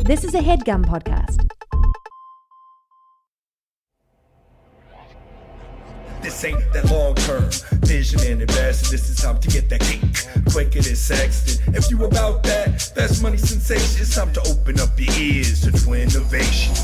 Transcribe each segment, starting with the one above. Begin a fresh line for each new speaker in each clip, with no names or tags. This is a headgum podcast.
This ain't that long term vision and investing. This is time to get that cake quicker than Sexton. If you about that, that's money sensation. It's time to open up your ears to twin innovation.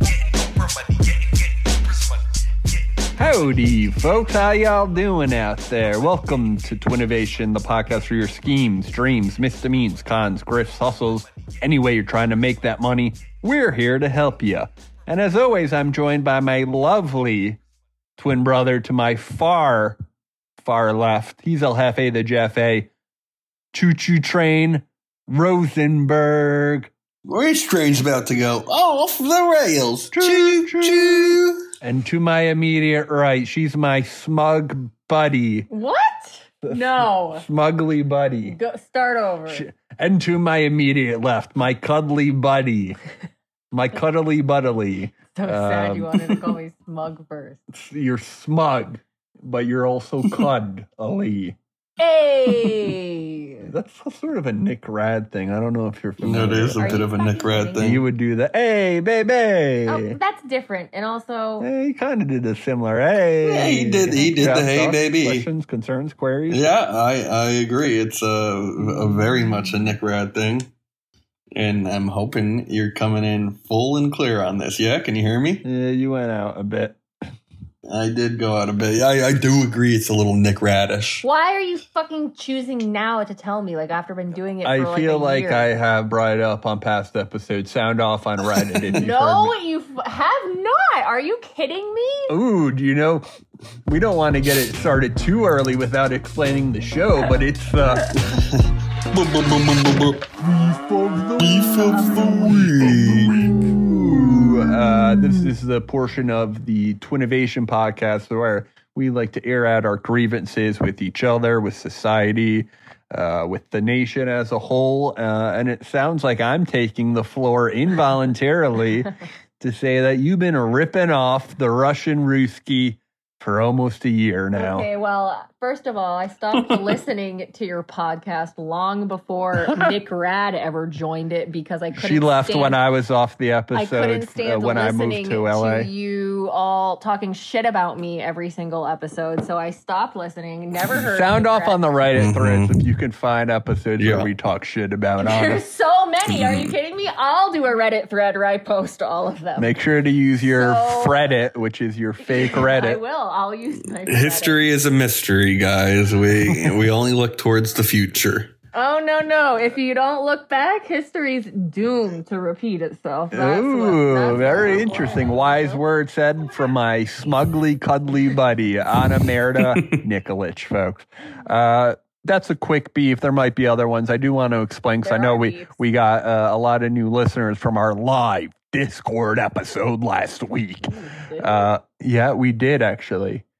Getting Oprah money, getting, getting Oprah's money, getting
Howdy, folks. How y'all doing out there? Welcome to Twinnovation, the podcast for your schemes, dreams, misdemeans, cons, grifts, hustles. Any way you're trying to make that money, we're here to help you. And as always, I'm joined by my lovely twin brother to my far, far left. He's El Jefe the Jefe, Choo Choo Train, Rosenberg.
Rich train's about to go off the rails.
Choo,
Choo
choo.
choo.
And to my immediate right, she's my smug buddy,
What? No.
smugly buddy.
Go start over.
Sh- And to my immediate left, my cuddly buddy, my cuddly buddly.
so sad you
um,
wanted to call me smug first.
You're smug, but you're also cuddly.
Hey.
That's a sort of a Nick Rad thing. I don't know if you're familiar.
That is a
Are
bit
you
of a Nick
fucking
Rad
kidding
thing.
You would do the hey
Oh,
baby.
that's different. And also,
Hey, he kind of did a similar hey.
Yeah, he did- he did the
Shout
hey,
thoughts,
baby.
Questions, concerns, queries.
Yeah, I, I agree. It's a, a very much a Nick Rad thing. And I'm hoping you're coming in full and clear on this. Yeah, can you hear me?
Yeah, you went out a bit.
I did go out a bit. I, I do agree it's a little Nick Radish.
why are you fucking choosing now to tell me? Like after I've been doing it.
I
for like
feel
a
like
year?
I have brought it up on past episodes. Sound off on Reddit if you've heard me. Oh,
No, you f- have not. Are you kidding me?
Ooh, do you know, we don't want to get it started too early without explaining the show, but it's uh,
Boop, boop, boop, boop, boop, boop. Beef of the week.
Ooh, uh, this is the portion of the Twinnovation podcast where we like to air out our grievances with each other, with society, uh, with the nation as a whole. Uh, and it sounds like I'm taking the floor involuntarily to say that you've been ripping off the Russian Ruski for almost a year now.
Okay, well, first of all, I stopped listening to your podcast long before Nick Rad ever joined it because I couldn't.
She left
stand
when I was off the
I couldn't
episode uh,
stand
when I
listening
moved to LA.
you all talking shit about me every single episode, so I stopped listening. Never heard.
Sound off on the Reddit
Mhm.
threads if you can find episodes
Yeah.
where we talk shit about
There's
honest.
so many. Are you kidding me? I'll do a Reddit thread where I post all of them.
Make sure to use your
So-
Reddit, which is your fake
I
Reddit.
will. I'll use my Reddit.
History is a mystery, guys. We we only look towards the future.
Oh no, no! If you don't look back, history's doomed to repeat itself. That's what- that's
Ooh,
what
very
I'm
interesting.
like.
Wise words said from my smugly cuddly buddy, Anna Merida Nikolic, folks. Uh, that's a quick beef. There might be other ones. I do want to explain because I
There
know
are
we,
beefs.
we got uh, a lot of new listeners from our live Discord episode last week. Uh, yeah, we did actually.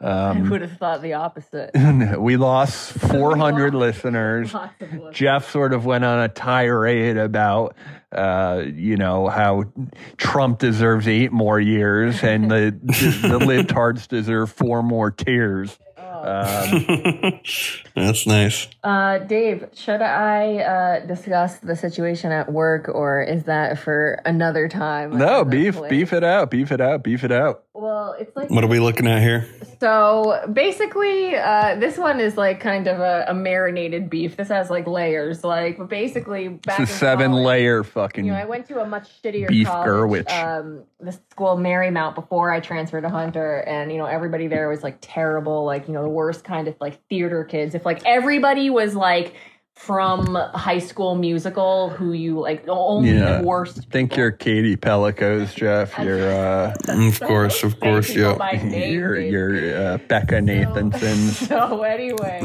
I
Um,
would have thought the opposite.
we lost 400 listeners.
Possibly.
Jeff sort of went on a tirade about, uh, you know, how Trump deserves eight more years and the the libtards deserve four more tears.
Oh.
Um,
That's nice.
Uh, Dave, should I uh, discuss the situation at work, or is that for another time?
no, beef, beef it out, beef it out, beef it out.
Well, it's like
What are we looking at here?
so. Basically, uh, this one is like kind of a, a marinated beef. This has like layers. Like, but basically, back
It's a
in
seven
college-
layer fucking.
You know, I went to a much shittier
Beef
college,
Gerwich.
um, the school Marymount before I transferred to Hunter, and you know everybody there was like terrible, like you know the worst kind of like theater kids. If like everybody was like from High School Musical, who you like only
Yeah.
the worst.
think you're Katie Pelicos, Jeff. You're uh,
Of course, of course,
people
yeah.
by name,
you're
Dave.
you're uh, Becca Nathanson.
So anyway,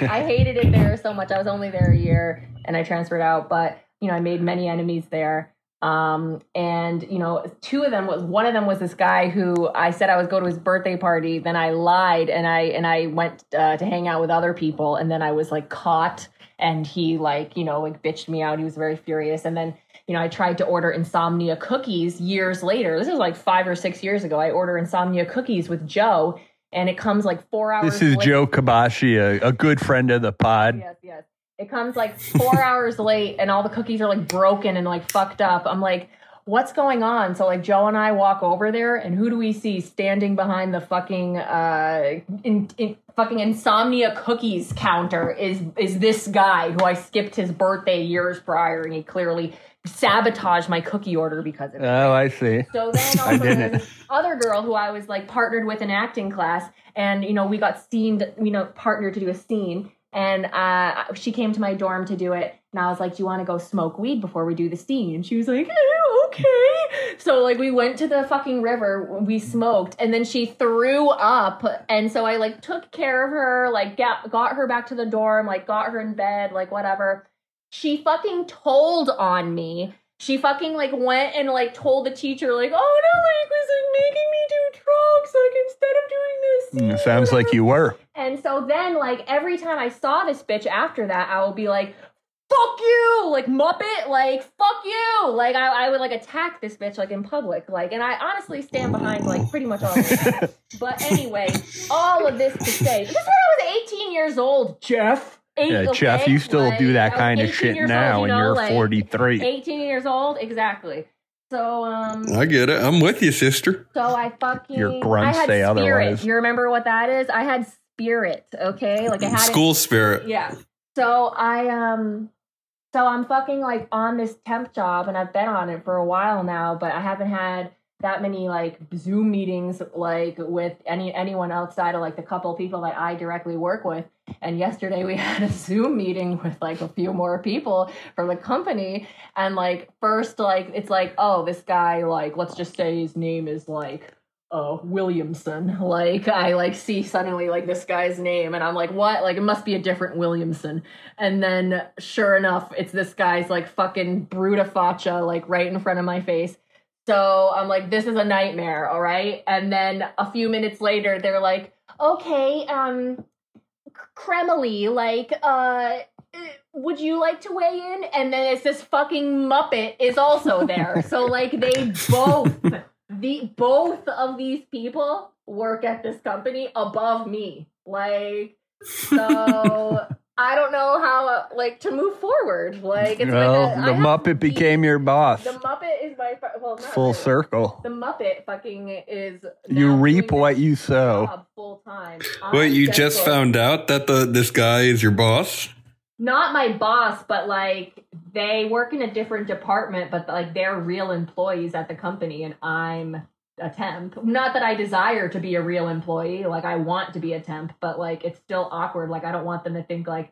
I hated it there so much. I was only there a year and I transferred out, but you know, I made many enemies there. Um, and you know, two of them was one of them was this guy who I said I was going to his birthday party, then I lied and I and I went uh, to hang out with other people and then I was like caught and he like, you know, like bitched me out. He was very furious and then you know, I tried to order insomnia cookies years later. This is like five or six years ago. I order insomnia cookies with Joe, and it comes like four hours.
This is
later.
Joe Kabashi, a, a good friend of the pod.
Yes, yes. It comes like four hours late, and all the cookies are like broken and like fucked up. I'm like, what's going on? So like Joe and I walk over there, and who do we see standing behind the fucking uh in, in fucking insomnia cookies counter? Is is this guy who I skipped his birthday years prior, and he clearly sabotaged my cookie order because of it.
Oh, I see.
So then
I
also
didn't.
there's this other girl who I was like partnered with in acting class, and you know we got scened, you know, partnered to do a scene, and uh, she came to my dorm to do it, and I was like, "Do you want to go smoke weed before we do the scene?" And she was like, "Eh, "Okay." So like we went to the fucking river, we smoked, and then she threw up, and so I like took care of her, like got got her back to the dorm, like got her in bed, like whatever she fucking told on me. She fucking like went and like told the teacher like, oh no, like was like making me do drugs like instead of doing this.
Mm, It sounds like you were.
And so then like every time I saw this bitch after that, I will be like, fuck you, like Muppet, like fuck you, like I, I would like attack this bitch like in public, like and I honestly stand behind like pretty much all of that. but anyway, all of this to say, this is when I was 18 years old, Jeff. Eight,
Yeah, Jeff,
okay?
you still do
Like,
that
I was
kind of
18
shit
years
now,
old, you
and
know,
you're
like,
43.
18 years old, exactly. So, um,
I get it. I'm with you, sister.
so I fucking.
Your grunts
I had
say
spirit.
otherwise.
You remember what that is? I had spirit, okay? Like I had it-
School spirit.
yeah. So I um so I'm fucking like on this temp job and I've been on it for a while now, but I haven't had that many like Zoom meetings like with any anyone outside of like the couple people that I directly work with. And yesterday we had a Zoom meeting with like a few more people from the company and like first like it's like, oh, this guy like let's just say his name is like uh, Williamson. Like I like see suddenly like this guy's name, and I'm like, what? Like it must be a different Williamson. And then sure enough, it's this guy's like fucking brutafacha like right in front of my face. So I'm like, this is a nightmare, all right. And then a few minutes later, they're like, okay, um, Kremly, like, uh. Would you like to weigh in? And then it's this fucking Muppet is also there. so like they both the both of these people work at this company above me like so i don't know how like to move forward like it's
well,
like a- I
the
have
Muppet
the-
became your boss.
the muppet is my fir- well not
Full
really.
circle.
the muppet fucking is
You reap what you sow.
full time
Wait, you just found out that the this guy is your boss?
not my boss but like they work in a different department but like they're real employees at the company and i'm a temp not that i desire to be a real employee like i want to be a temp but like it's still awkward like i don't want them to think like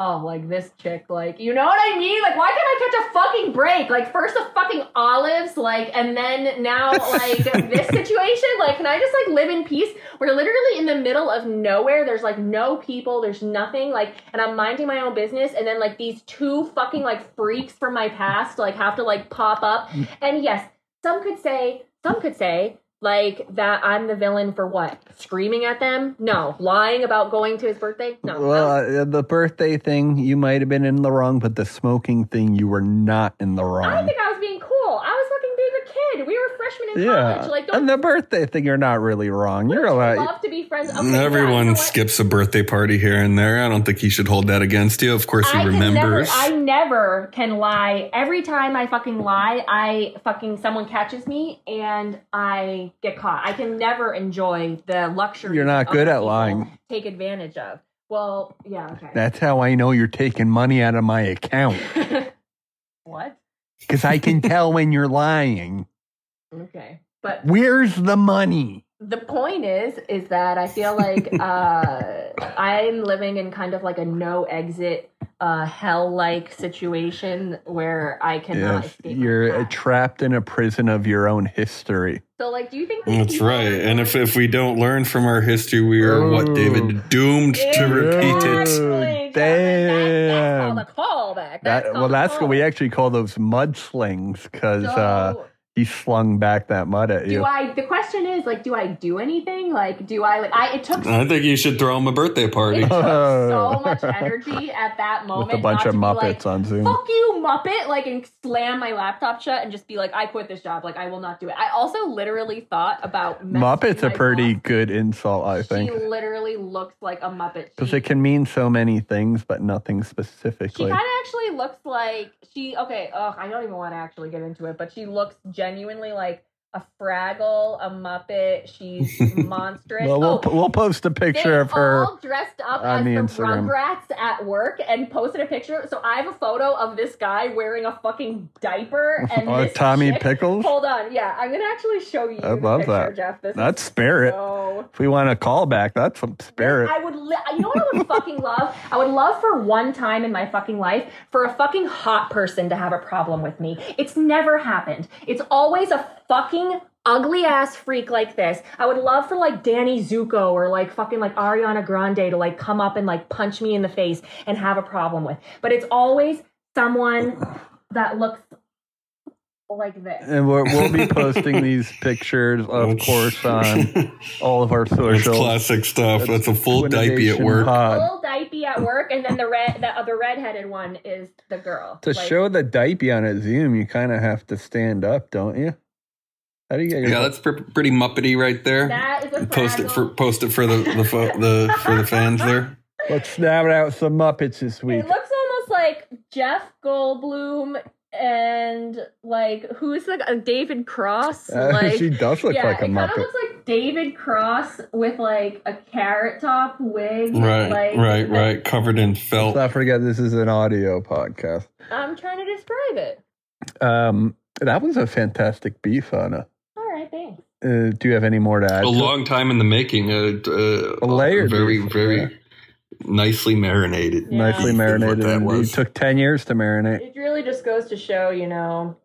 oh like this chick like you know what i mean like why can't i catch a fucking break like first the fucking olives like and then now like this situation like can i just like live in peace we're literally in the middle of nowhere there's like no people there's nothing like and i'm minding my own business and then like these two fucking like freaks from my past like have to like pop up and yes some could say some could say like that i'm the villain for what screaming at them no lying about going to his birthday no
Well, uh, the birthday thing, you might have been in the wrong, but the smoking thing, you were not in the
I don't
wrong.
think I was being cool. I was fucking being a kid. We were freshmen in
Yeah.
college. Like, don't
And the birthday thing, you're not really wrong. You're allowed.
love to be friends. Okay, yeah,
Everyone
you know what?
skips a birthday party here and there. I don't think he should hold that against you. Of course, he
I can never,
remembers.
I never can lie. Every time I fucking lie, I fucking someone catches me and I get caught. I can never enjoy the luxury.
You're not
that
good
other
at
people
lying.
Take advantage of. Well, yeah, okay.
That's how I know you're taking money out of my account
what?
because I can tell when you're lying.
Okay, but
Where's the money?
the point is is that i feel like uh i'm living in kind of like a no exit uh hell like situation where i cannot
Yes,
escape my
you're uh,
past.
trapped in a prison of your own history.
so like do you think these
That's
people-
right. And if, if we don't learn from our history, we are what,
Oh.
David? Doomed to repeat it.
Exactly, John. That-
Damn.
that's called a callback. That's
That,
called
well,
a
that's what we
callback.
actually call those mudslings because uh,
So-
he slung back that mud at
Do
you.
I? The question is like, do I do anything? Like, do I like? I it took
I think you should throw him a birthday party.
it took so
Oh.
much energy at that moment
With a bunch
not
of
to be
Muppets
like,
on Zoom.
Fuck you, Muppet! Like and slam my laptop shut and just be like, I quit this job. Like I will not do it. I also literally thought about messaging
Muppet's a
my
pretty
boss.
good insult, I think.
She literally looks like a Muppet.
Because
She-
it can mean so many things, but nothing
She
specifically.
kind of actually looks like she okay. Ugh, I don't even want to actually get into it, but she looks genuinely like a Fraggle, a Muppet. She's monstrous.
Well, we'll,
Oh,
we'll post a picture
they
of her.
all dressed up
on
as
the
the
Instagram.
Rugrats at work and posted a picture. So I have a photo of this guy wearing a fucking diaper and
Oh,
this
Tommy
chick-
Pickles?
Hold on, yeah, I'm gonna actually show you.
I
the
love
picture,
that.
Jeff. This
That's
is
spirit.
so.
If we want a callback, that's some spirit.
I would, li- you know what I would fucking love? I would love for one time in my fucking life for a fucking hot person to have a problem with me. It's never happened. It's always a fucking ugly ass freak like this. I would love for like Danny Zuko or like fucking like Ariana Grande to like come up and like punch me in the face and have a problem with. But it's always someone that looks like this.
And we're, we'll be posting these pictures, of course, on all of our
That's
socials.
classic stuff. That's, a full
Twinnovation
diapy at work.
Pod.
Little dipey at work, and then the red, the other redheaded one is the girl.
To
Like-
show the diapy on a Zoom, you kind of have to stand up, don't you? How do you get your
Yeah, that's pre- pretty muppety right there.
That is a
Post it for
fraggle.
post it for the the, fo- the for the fans there.
Let's snap out some Muppets this week.
It looks almost like Jeff Goldblum and like who's the uh, David Cross?
Uh,
like,
she does look
yeah,
like a
it kind
Muppet.
of looks like David Cross with like a carrot top wig.
Right,
like,
right, right. Covered in
Let's
felt.
not forget this is an audio podcast.
I'm trying to describe it.
Um, that was a fantastic beef, Anna.
All right, thanks.
Uh, do you have any more to add?
A
to it?
long time in the making. A, a,
A layered
very,
beef,
very
yeah.
nicely marinated.
Yeah.
Nicely
beef is what
marinated.
That
and
was.
It took 10 years to marinate.
It really just goes to show, you know,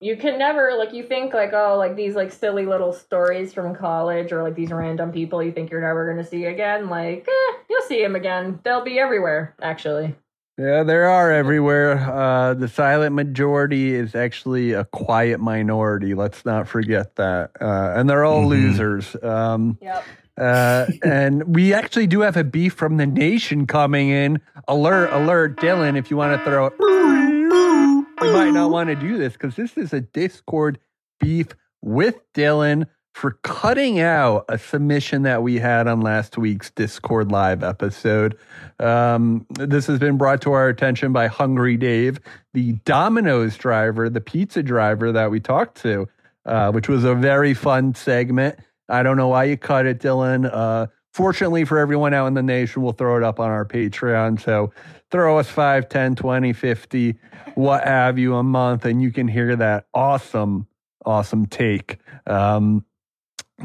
you can never like you think like oh like these like silly little stories from college or like these random people you think you're never going to see again like eh, you'll see them again they'll be everywhere actually
Yeah, there are everywhere. Uh, the silent majority is actually a quiet minority. Let's not forget that. Uh, and they're all
Mhm.
losers. Um,
yep
uh, and we actually do have a beef from the nation coming in. Alert, alert, Dylan, if you want to throw it. We might not want to do this because this is a Discord beef with Dylan for cutting out a submission that we had on last week's Discord Live episode. Um, this has been brought to our attention by Hungry Dave, the Domino's driver, the pizza driver that we talked to, uh, which was a very fun segment. I don't know why you cut it, Dylan. Uh, fortunately for everyone out in the nation, we'll throw it up on our Patreon. So throw us 5, 10, 20, 50, what have you a month, and you can hear that awesome, awesome take. Um,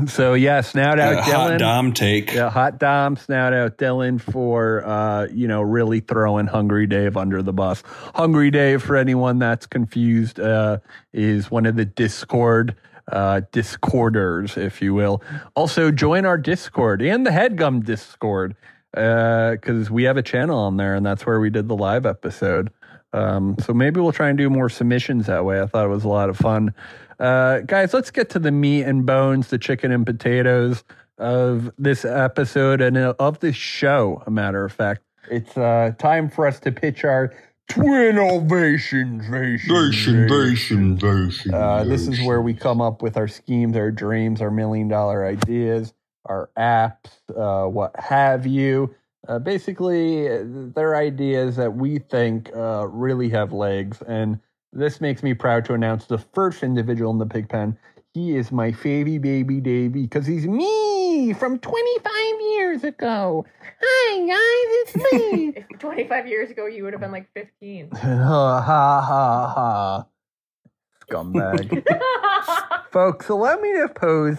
so, yeah, snout out,
A
Dylan.
hot dom take.
Yeah, hot dom snout out Dylan for uh, you know really throwing Hungry Dave under the bus. Hungry Dave, for anyone that's confused, uh, is one of the Discord uh, discorders, if you will. Also, join our Discord and the Headgum Discord because we have a channel on there, and that's where we did the live episode. Um, so maybe we'll try and do more submissions that way. I thought it was a lot of fun. Uh, guys, let's get to the meat and bones, the chicken and potatoes of this episode and of this show, a matter of fact. It's uh, time for us to pitch our twin ovations.
Nation, nation, nation,
Uh, this is
nation.
where we come up with our schemes, our dreams, our million dollar ideas, our apps, uh, what have you. Uh, basically, uh, they're ideas that we think uh, really have legs. And this makes me proud to announce the first individual in the pig pen. He is my favy baby Davey because he's me from 25 years ago. Hi, guys, it's me.
if 25 years ago you would have been like 15
ha ha ha ha. Scumbag. Folks, so let me just pose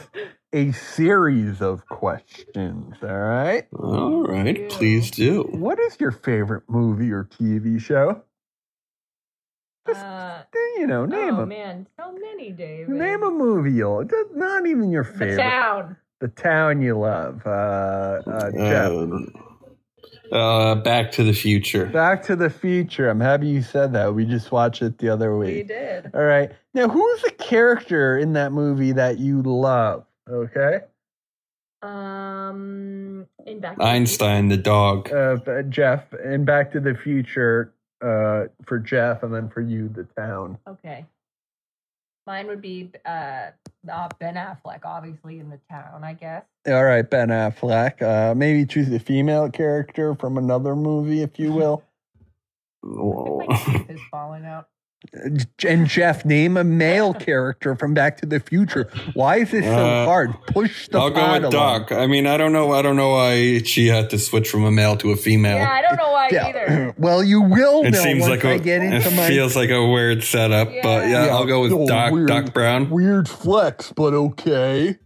a series of questions, all right?
All right, please do.
What is your favorite movie or TV show? Eh,
uh,
You know, name
oh
a
man so many david
name a movie you'll just not even your
the
favorite.
Oh.
town
The town you love. Uh, uh, Jeff.
Uh, Uh, Back to the Future.
Back to the Future. I'm happy you said that. We just watched it the other
You
week.
did.
All right. Now, who's the character in that movie that you love? Okay.
Um, in back to the
Einstein the dog.
Uh, but Jeff and Back to the Future uh, for Jeff, and then for you, the town.
Future- Okay. Mine would be uh, uh Ben Affleck, obviously in the town, I guess.
All right, Ben Affleck. Uh, maybe choose a female character from another movie, if you will.
Whoa.
Oh.
My teeth is falling out.
And Jeff, name a male character from Back to the Future. Why is this so
Uh,
hard? Push the
I'll go
pod
with
along.
Doc. I mean, I don't know. I don't know why she had to switch from a male to a female.
Yeah, I don't know why either.
Well, you will
it
know
seems
once
like
I
a,
get into
it
my
feels like a weird setup, but yeah,
Yeah.
I'll go with
Oh,
Doc
weird.
Doc Brown.
weird flex, but okay.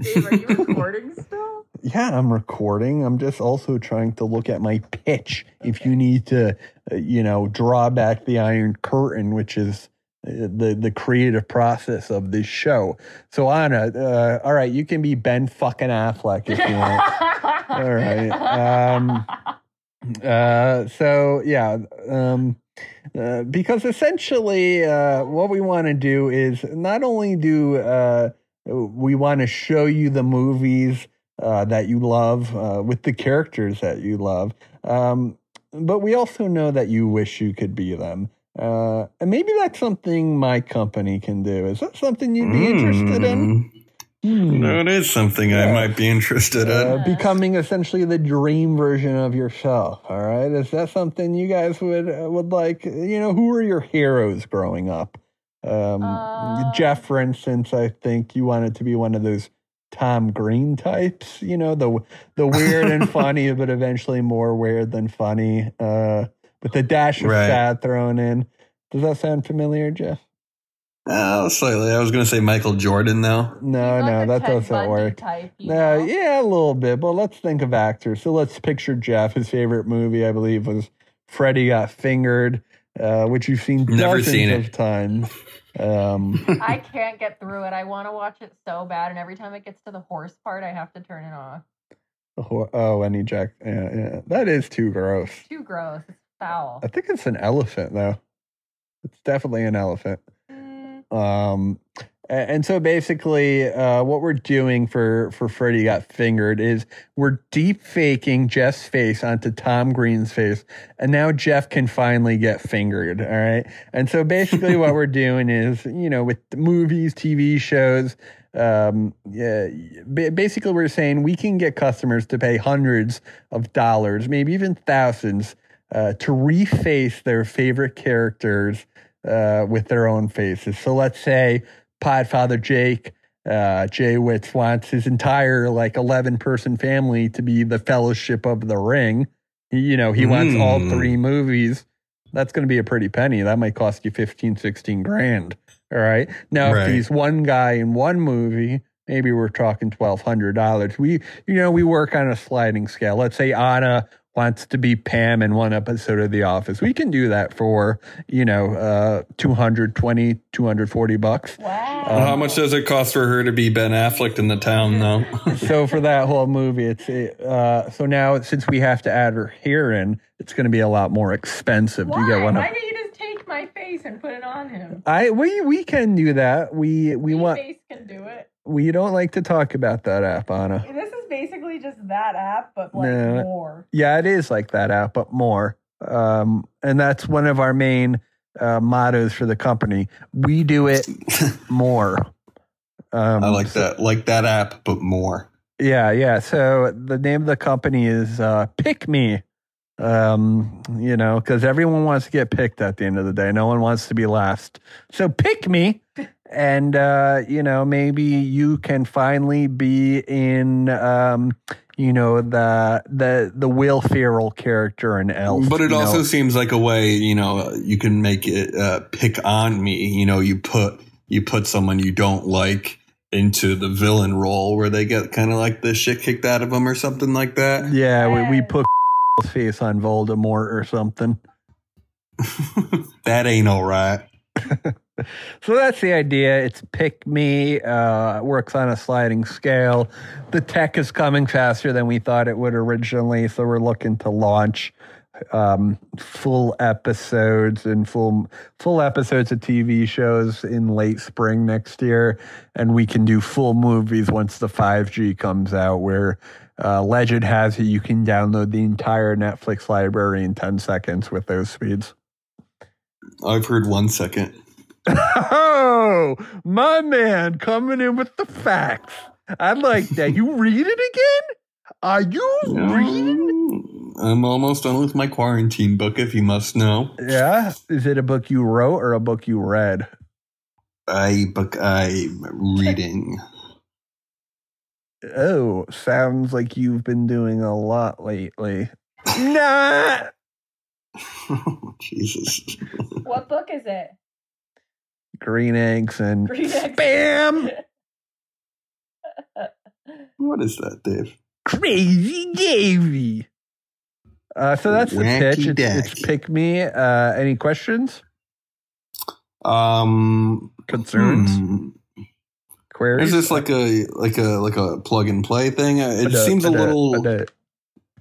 Dave, are you recording still?
Yeah, I'm recording. I'm just also trying to look at my pitch. If you need to, uh, you know, draw back the iron curtain, which is uh, the the creative process of this show. So Anna, uh, all right, you can be Ben fucking Affleck if you want. All right. Um, uh, so yeah, um, uh, because essentially, uh, what we want to do is not only do uh, we want to show you the movies uh, that you love uh, with the characters that you love, um, but we also know that you wish you could be them. Uh, and maybe that's something my company can do. Is that something you'd be interested in?
Mm.
Hmm.
No, it is something
Yeah.
I might be interested
Uh,
in.
Yeah.
becoming essentially the dream version of yourself. All right, is that something you guys would uh, would like? You know, who were your heroes growing up? Um,
Uh,
Jeff, for instance, I think you wanted to be one of those Tom Green types. You know, the the weird and funny, but eventually more weird than funny, uh, with a dash of
Right.
sad thrown in. Does that sound familiar, Jeff?
Oh, slightly. I was going to say Michael Jordan, though.
No,
He's like
no,
a
that
Ted
doesn't
Bundy
work.
Type, you
No,
know?
yeah, a little bit. But let's think of actors. So let's picture Jeff. His favorite movie, I believe, was Freddy Got Fingered, uh, which you've seen
Never
dozens
seen
of
it.
times. Um,
I can't get through it. I want to watch it so bad, and every time it gets to the horse part, I have to turn it off.
oh, oh, any Jack. Yeah, yeah. That is too gross.
Too gross. It's foul.
I think it's an elephant, though. It's definitely an elephant.
Mm,
Um, a- and so basically, uh, what we're doing for for Freddy Got Fingered is we're deep faking Jeff's face onto Tom Green's face, and now Jeff can finally get fingered. All right. And so basically, what we're doing is, you know, with the movies, TV shows, um, yeah, ba- basically, we're saying we can get customers to pay hundreds of dollars, maybe even thousands, uh, to reface their favorite characters uh, with their own faces. So let's say Podfather Jake, uh, Jay Witz wants his entire like 11 person family to be the Fellowship of the Ring. He- You know, he wants all
Mm.
three movies. That's going to be a pretty penny. That might cost you 15, 16 grand. All right. Now,
Right.
if he's one guy in one movie, maybe we're talking $1,200. We, you know, we work on a sliding scale. Let's say Anna wants to be Pam in one episode of The Office. We can do that for, you know, uh, 220, 240 bucks.
wow.
Um,
How much does it cost for her to be Ben Affleck in the town, though?
so for that whole movie, it's uh, so now since we have to add her here in, it's going to be a lot more expensive.
Why?
Do you get one?
Why
Of,
didn't you just take my face and put it on him?
I we we can do that. We we
My
want
face can do it.
we don't like to talk about that app, Anna.
This is basically just that app, but like
No.
more.
Yeah, it is like that app, but more. Um, and that's one of our main uh, mottos for the company. We do it more. Um,
I like that. Like that app, but more.
Yeah, yeah. So the name of the company is uh, Pick Me. Um, you know, because everyone wants to get picked at the end of the day. No one wants to be last. So pick me, and uh, you know, maybe you can finally be in, um, you know, the the the Will Ferrell character in Elf.
But it
you
also
know.
seems like a way, you know, you can make it uh, pick on me. You know, you put you put someone you don't like into the villain role where they get kind of like the shit kicked out of them or something like that.
yeah, we, we
Yes.
put face on Voldemort or something.
that ain't all right.
so that's the idea. It's pick me. Uh, it works on a sliding scale. The tech is coming faster than we thought it would originally, so we're looking to launch um, full episodes and full full episodes of TV shows in late spring next year, and we can do full movies once the 5G comes out. Where uh, legend has it, you can download the entire Netflix library in 10 seconds with those speeds.
I've heard one second.
Oh, my man, coming in with the facts. I like that. You read it again? Are you reading?
I'm almost done with my quarantine book, if you must know.
Yeah. Is it a book you wrote or a book you read?
I book I'm reading.
Oh, sounds like you've been doing a lot lately. nah.
Jesus.
What book is it?
Green eggs and
Green eggs.
spam.
What is that, Dave?
Crazy Davy. Uh, so that's the
Wacky
pitch. It's, it's
dacky.
pick me. Uh, any questions,
Um
concerns,
hmm.
queries?
Is this like a like a like a plug and play thing? Uh, It
I don't-
seems
I
a
don't-
little
I don't.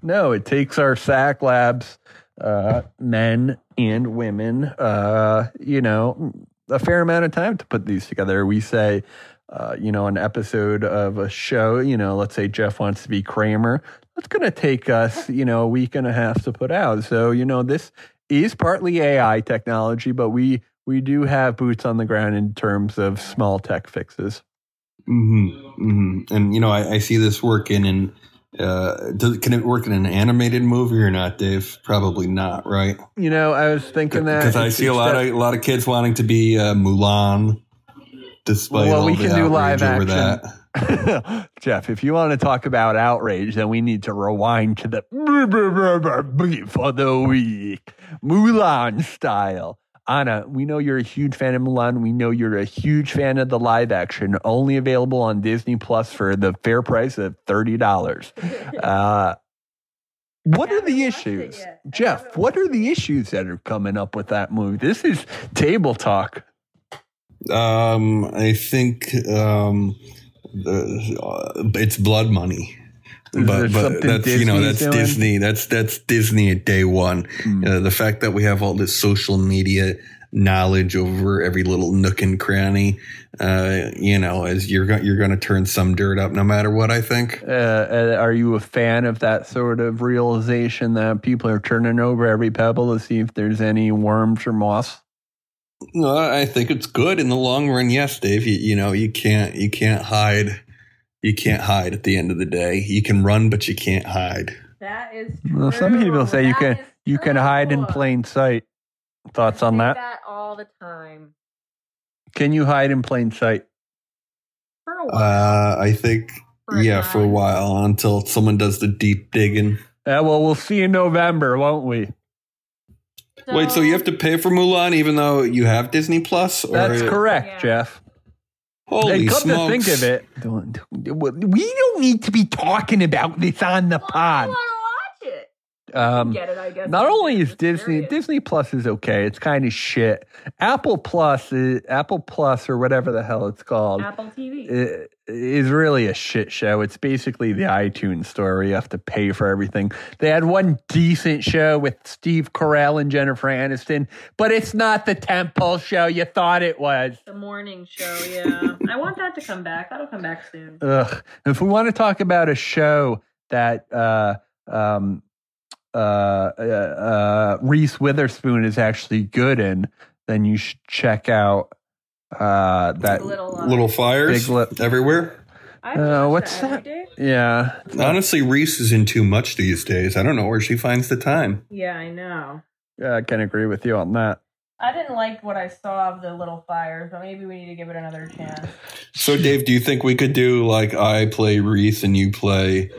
No, it takes our SAC labs, uh, men and women, uh, you know, a fair amount of time to put these together. We say, uh, you know, an episode of a show, you know, let's say Jeff wants to be Kramer. That's going to take us, you know, a week and a half to put out. So, you know, this is partly AI technology, but we, we do have boots on the ground in terms of small tech fixes.
hmm hmm And you know, I, I see this working in. Uh, does, can it work in an animated movie or not, Dave? Probably not, right?
You know, I was thinking that
Because I
it's-
see a
it's
lot
that-
of a lot of kids wanting to be uh, Mulan. Despite
Well,
all
we
the
can do live
outrage over
action. Jeff, if you want to talk about outrage, then we need to rewind to the beef of the week, Mulan style. Anna, we know you're a huge fan of Mulan. We know you're a huge fan of the live action, only available on Disney Plus for the fair price of thirty dollars. Uh, what are
haven't
the
watched it
issues,
yet. I
Jeff?
haven't
What are the issues that are coming up with that movie? This is table talk.
that. Um, I think um, the, uh, it's blood money.
Is there
But, but
something
that's you know
Disney's
that's
doing? Hmm.
Disney that's that's Disney at day one. Uh, the fact that we have all this social media knowledge over every little nook and cranny, uh, you know, is you're go- you're going to turn some dirt up no matter what. I think.
uh, uh, are you a fan of that sort of realization that people are turning over every pebble to see if there's any worms or moss?
No, I think it's good in the long run. Yes, Dave. You, you know, you can't you can't hide. You can't hide at the end of the day. You can run, but you can't hide.
That is
Well, some people
true.
say you
That
can
is
you can hide in
true.
plain sight.
I
Thoughts on
say
that?
That all the time.
Can you hide in plain sight?
For a while.
Uh, I think. yeah, for a
time.
while until someone does the deep digging.
Yeah, Uh, well, we'll see in November, won't we?
Wait, so you have to pay for Mulan even though you have Disney Plus? Or
That's correct,
Yeah.
Jeff.
Holy
and come
smokes.
to think of it, don't- we don't need to be talking about this on the
Well, I
pod.
want to watch it.
Um,
Get it? I guess.
Not only is
It's
Disney
serious.
Disney Plus is okay, it's kind of shit. Apple Plus, is, Apple Plus, or whatever the hell it's called,
Apple TV.
i- is really a shit show. It's basically the iTunes store. where You have to pay for everything. They had one decent show with Steve Carell and Jennifer Aniston, but it's not the temple show you thought it was.
the morning show. Yeah, I want that to come back. That'll come back soon.
Ugh. If we want to talk about a show that uh, um, uh, uh, uh, Reese Witherspoon is actually good in, then you should check out uh, that.
little, uh,
Little fires
Big lip.
everywhere.
I
Uh,
watch
what's
that? every day.
Yeah,
Honestly, Reese is in too much these days. I don't know where she finds the time.
Yeah, I know.
I can agree with you on that.
I didn't like what I saw of the little fires, but maybe we need to give it another chance.
So, Dave, do you think we could do like I play Reese and you play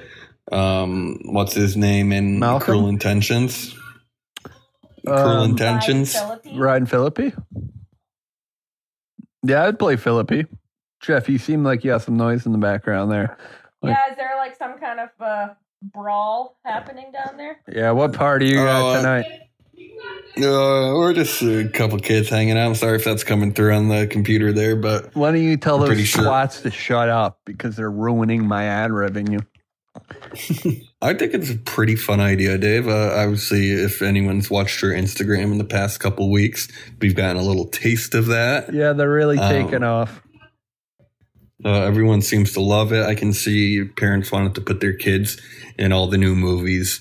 um what's his name in
Malcolm?
Cruel Intentions? Cruel
Um,
Intentions.
By Philippines?
Ryan Philippi? Yeah, I'd play Philippi. Jeff, you seem like you have some noise in the background there.
Yeah, is there like some kind of uh, brawl happening down there?
Yeah, what party you got
Oh, uh,
tonight?
Uh, or just a couple kids hanging out. I'm sorry if that's coming through on the computer there, but
Why don't you tell
I'm
those
pretty sure.
squats to shut up because they're ruining my ad revenue?
I think it's a pretty fun idea, Dave. Uh, obviously, if anyone's watched your Instagram in the past couple weeks, we've gotten a little taste of that.
Yeah, they're really
Um,
taking off.
Uh, everyone seems to love it. I can see parents wanted to put their kids in all the new movies.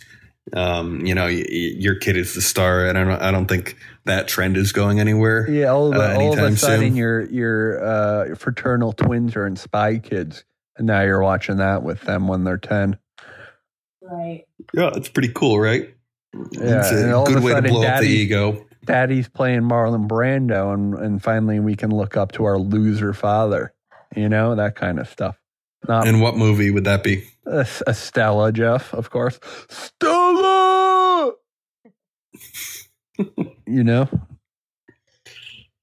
Um, you know, y- y- your kid is the star. I don't. know- I don't think that trend is going anywhere.
Yeah, all of,
uh,
a all of a
anytime
sudden
soon.
your your uh, fraternal twins are in Spy Kids, and now you're watching that with them when they're ten.
Right.
Yeah, it's pretty cool, right?
Yeah,
it's
and
a
all of
good
a
way to
sudden
blow up the
daddy's-
ego.
Daddy's playing Marlon Brando, and and finally we can look up to our loser father. You know that kind of stuff. Not
And what movie would that be?
a, a Stella, Jeff, of course. Stella. you know,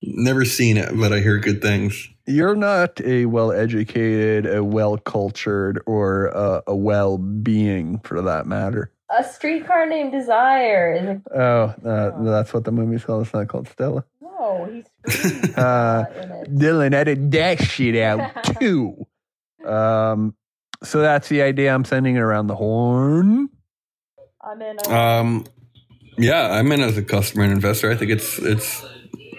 Never seen it, but I hear good things.
you're not a well educated, a well cultured, or a, a well being for that matter.
A streetcar named Desire. Is a,
Oh, uh, that's what the movie's called. It's not called Stella.
no, he screams
Uh,
uh, in it.
Dylan edited that shit out too. Um, so that's the idea. I'm sending it around the horn.
I'm in. A,
Um, yeah, I'm in as a customer and investor. I think it's it's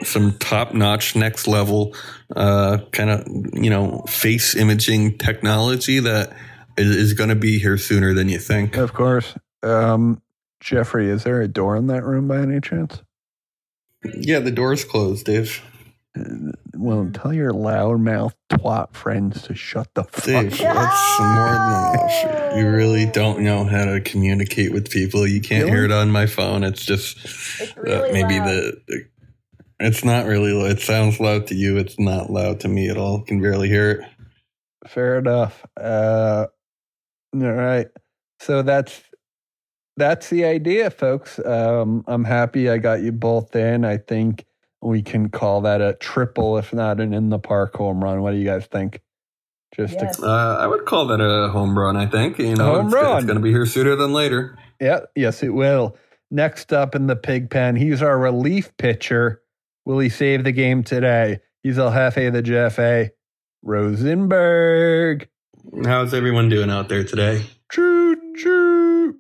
some top notch, next level, uh, kind of you know face imaging technology that is, is going to be here sooner than you think.
Of course. Um, Jeffrey, is there a door in that room by any chance?
Yeah, the door's closed, Dave.
Uh, Well, tell your loudmouth twat friends to shut the
Dave,
fuck up.
that's more than enough. You really don't know how to communicate with people. You can't hear it on my phone. It's just
It's really
uh, maybe
loud.
the. the it's not really. loud. It sounds loud to you. It's not loud to me at all. Can barely hear it.
Fair enough. Uh, all right. So that's that's the idea, folks. Um, I'm happy I got you both in. I think we can call that a triple, if not an in the park home run. What do you guys think? Just
yes.
Uh, I would call that a home run. I think you know
Home
it's,
run.
it's going to be here sooner than later.
a, yeah, yes, it will. Next up in the pig pen, he's our relief pitcher. Will he save the game today? He's El Jefe the Jefe, Rosenberg.
How's everyone doing out there today,
Choo choo.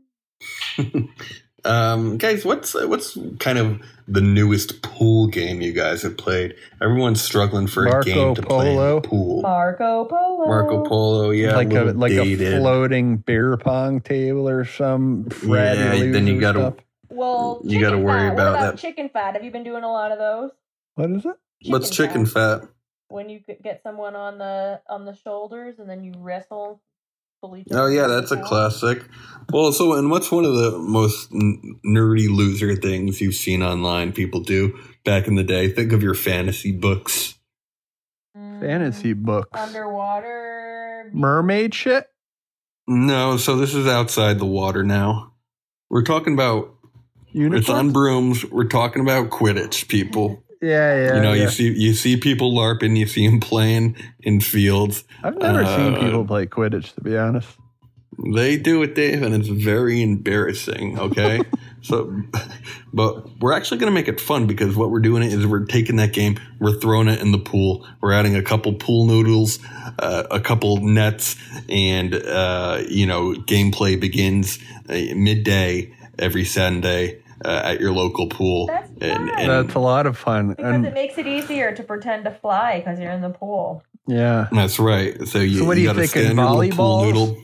um, guys? What's uh, what's kind of the newest pool game you guys have played? Everyone's struggling for
Marco
a game to play in
Polo.
the pool.
Marco Polo.
Marco Polo, yeah,
like a
little
like a
dated.
floating beer pong table or some Fred
Yeah,
or
then you
loser
gotta-
stuff.
Well,
You gotta
chicken
worry
fat.
about
what about
that.
Chicken fat. Have you been doing a lot of those?
What is it?
What's chicken
fat?
fat?
When you g- get someone on the on the shoulders and then you wrestle. fully
Oh yeah, that's a
chicken fat.
classic. Well, so and what's one of the most n- nerdy loser things you've seen online people do back in the day? Think of your fantasy books.
Mm,
Fantasy books.
Underwater.
Mermaid shit?
No, so this is outside the water now. We're talking about it's
Unicorn?
on brooms. We're talking about Quidditch, people.
yeah, yeah.
you know,
yeah.
you see you see people LARPing, you see them playing in fields.
I've never seen
uh,
people play Quidditch to be honest.
They do it, Dave, and it's very embarrassing. Okay, so, but we're actually going to make it fun because what we're doing is we're taking that game, we're throwing it in the pool, we're adding a couple pool noodles, uh, a couple nets, and uh, you know, gameplay begins uh, midday every Sunday uh, at your local pool.
That's
And-
fun.
and-
That's a lot of fun.
Because
And
it makes it easier to pretend to fly because you're in the pool.
yeah.
That's right. So you,
So what are you
gotta
thinking,
stand your little pool
volleyballs?
noodle.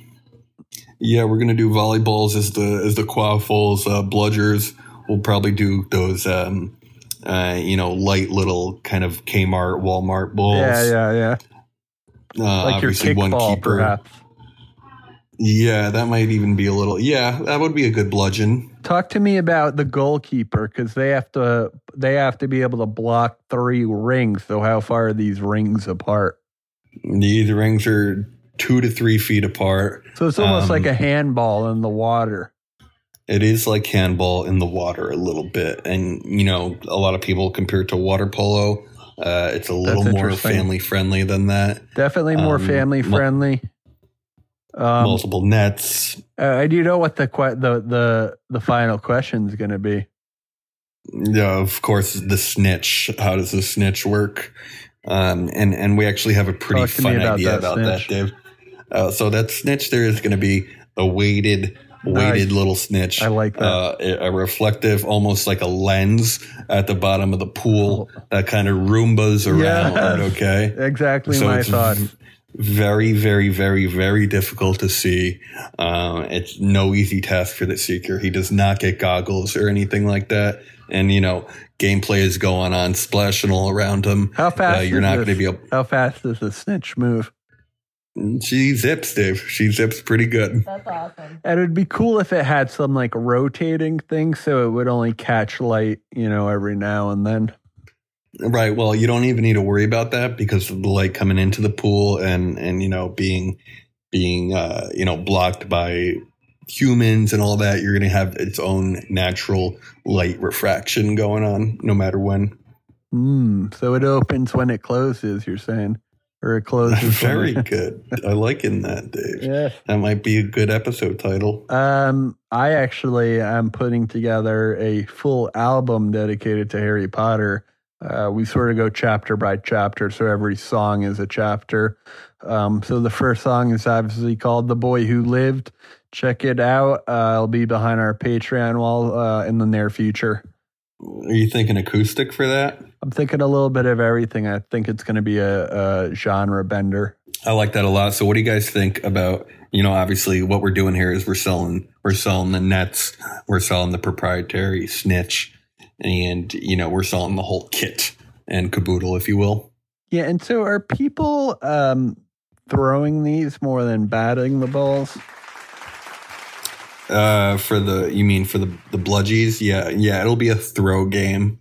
Yeah, we're gonna do volleyballs as the as the quaffles, uh, bludgers. We'll probably do those, um, uh, you know, light little kind of Kmart, Walmart balls.
Yeah, yeah, yeah.
Uh,
Like your
obviously one
kickball,
keeper.
perhaps.
Yeah, that might even be a little. Yeah, that would be a good bludgeon.
Talk to me about the goalkeeper because they have to they have to be able to block three rings. So how far are these rings apart?
These rings are two to three feet apart.
So it's almost
Um,
like a handball in the water.
It is like handball in the water a little bit, and you know a lot of people compare it to water polo. Uh, it's a little more
interesting.
family friendly than that.
Definitely more
Um,
family
mul-
friendly. Um,
Multiple nets.
uh, do you know what the que- the the the final question is going to be?
yeah, of course, the snitch. How does the snitch work? Um, and and we actually have a pretty
Talk to me
fun
about
idea
that
about
snitch.
that, Dave. Uh, so that snitch there is going to be a weighted, weighted
Nice.
little snitch.
I like that.
Uh, a a reflective, almost like a lens at the bottom of the pool
Oh.
that kind of Roombas around.
Yes.
Okay,
Exactly my
it's
thought.
v- Very, very, very, very difficult to see. Um, it's no easy task for the seeker. He does not get goggles or anything like that. And you know, gameplay is going on, splashing all around him.
How fast?
Uh, you're
is
not
this?
going to be able.
How fast does the snitch move?
She zips, Dave. She zips pretty good.
That's awesome.
And it'd be cool if it had some like rotating thing, so it would only catch light, you know, every now and then.
Right. Well, you don't even need to worry about that because of the light coming into the pool and and you know being being uh, you know blocked by humans and all that, you're going to have its own natural light refraction going on no matter when.
Mm, so it opens when it closes. You're saying, or it closes. when
Very
it-
good. I like in that, Dave.
Yes.
That might be a good episode title.
Um, I actually am putting together a full album dedicated to Harry Potter. Uh, we sort of go chapter by chapter, so every song is a chapter. Um, so the first song is obviously called "The Boy Who Lived." Check it out. Uh, it'll be behind our Patreon wall uh, in the near future.
Are you thinking acoustic for that?
I'm thinking a little bit of everything. I think it's going to be a, a genre bender.
I like that a lot. So what do you guys think about you know, obviously what we're doing here is we're selling we're selling the nets, we're selling the proprietary snitch, and you know, we're selling the whole kit and caboodle, if you will.
Yeah, and so are people um, throwing these more than batting the balls?
Uh for the you mean for the the bludgies? Yeah, yeah, it'll be a throw game.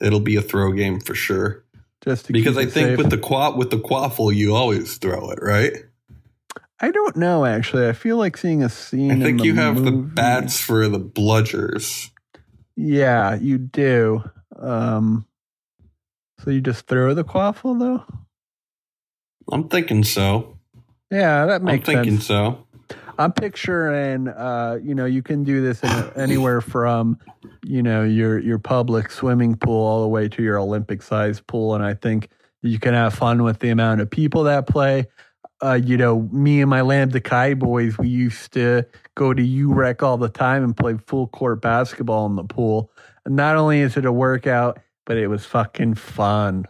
It'll be a throw game for sure.
Just to
Because
keep
I
it
think
safe?
with the quaff with the quaffle you always throw it, right?
I don't know. Actually, I feel like seeing a scene.
I
in
think
the
you have the
movie-
bats for the bludgers.
Yeah, you do. Um, so you just throw the quaffle though.
I'm thinking so.
Yeah, that
I'm
makes
thinking
sense.
so.
I'm picturing, uh, you know, you can do this in anywhere from, you know, your your public swimming pool all the way to your Olympic sized pool, and I think you can have fun with the amount of people that play. Uh, you know, me and my Lambda Chi boys, we used to go to UREC all the time and play full court basketball in the pool. And not only is it a workout, but it was fucking fun.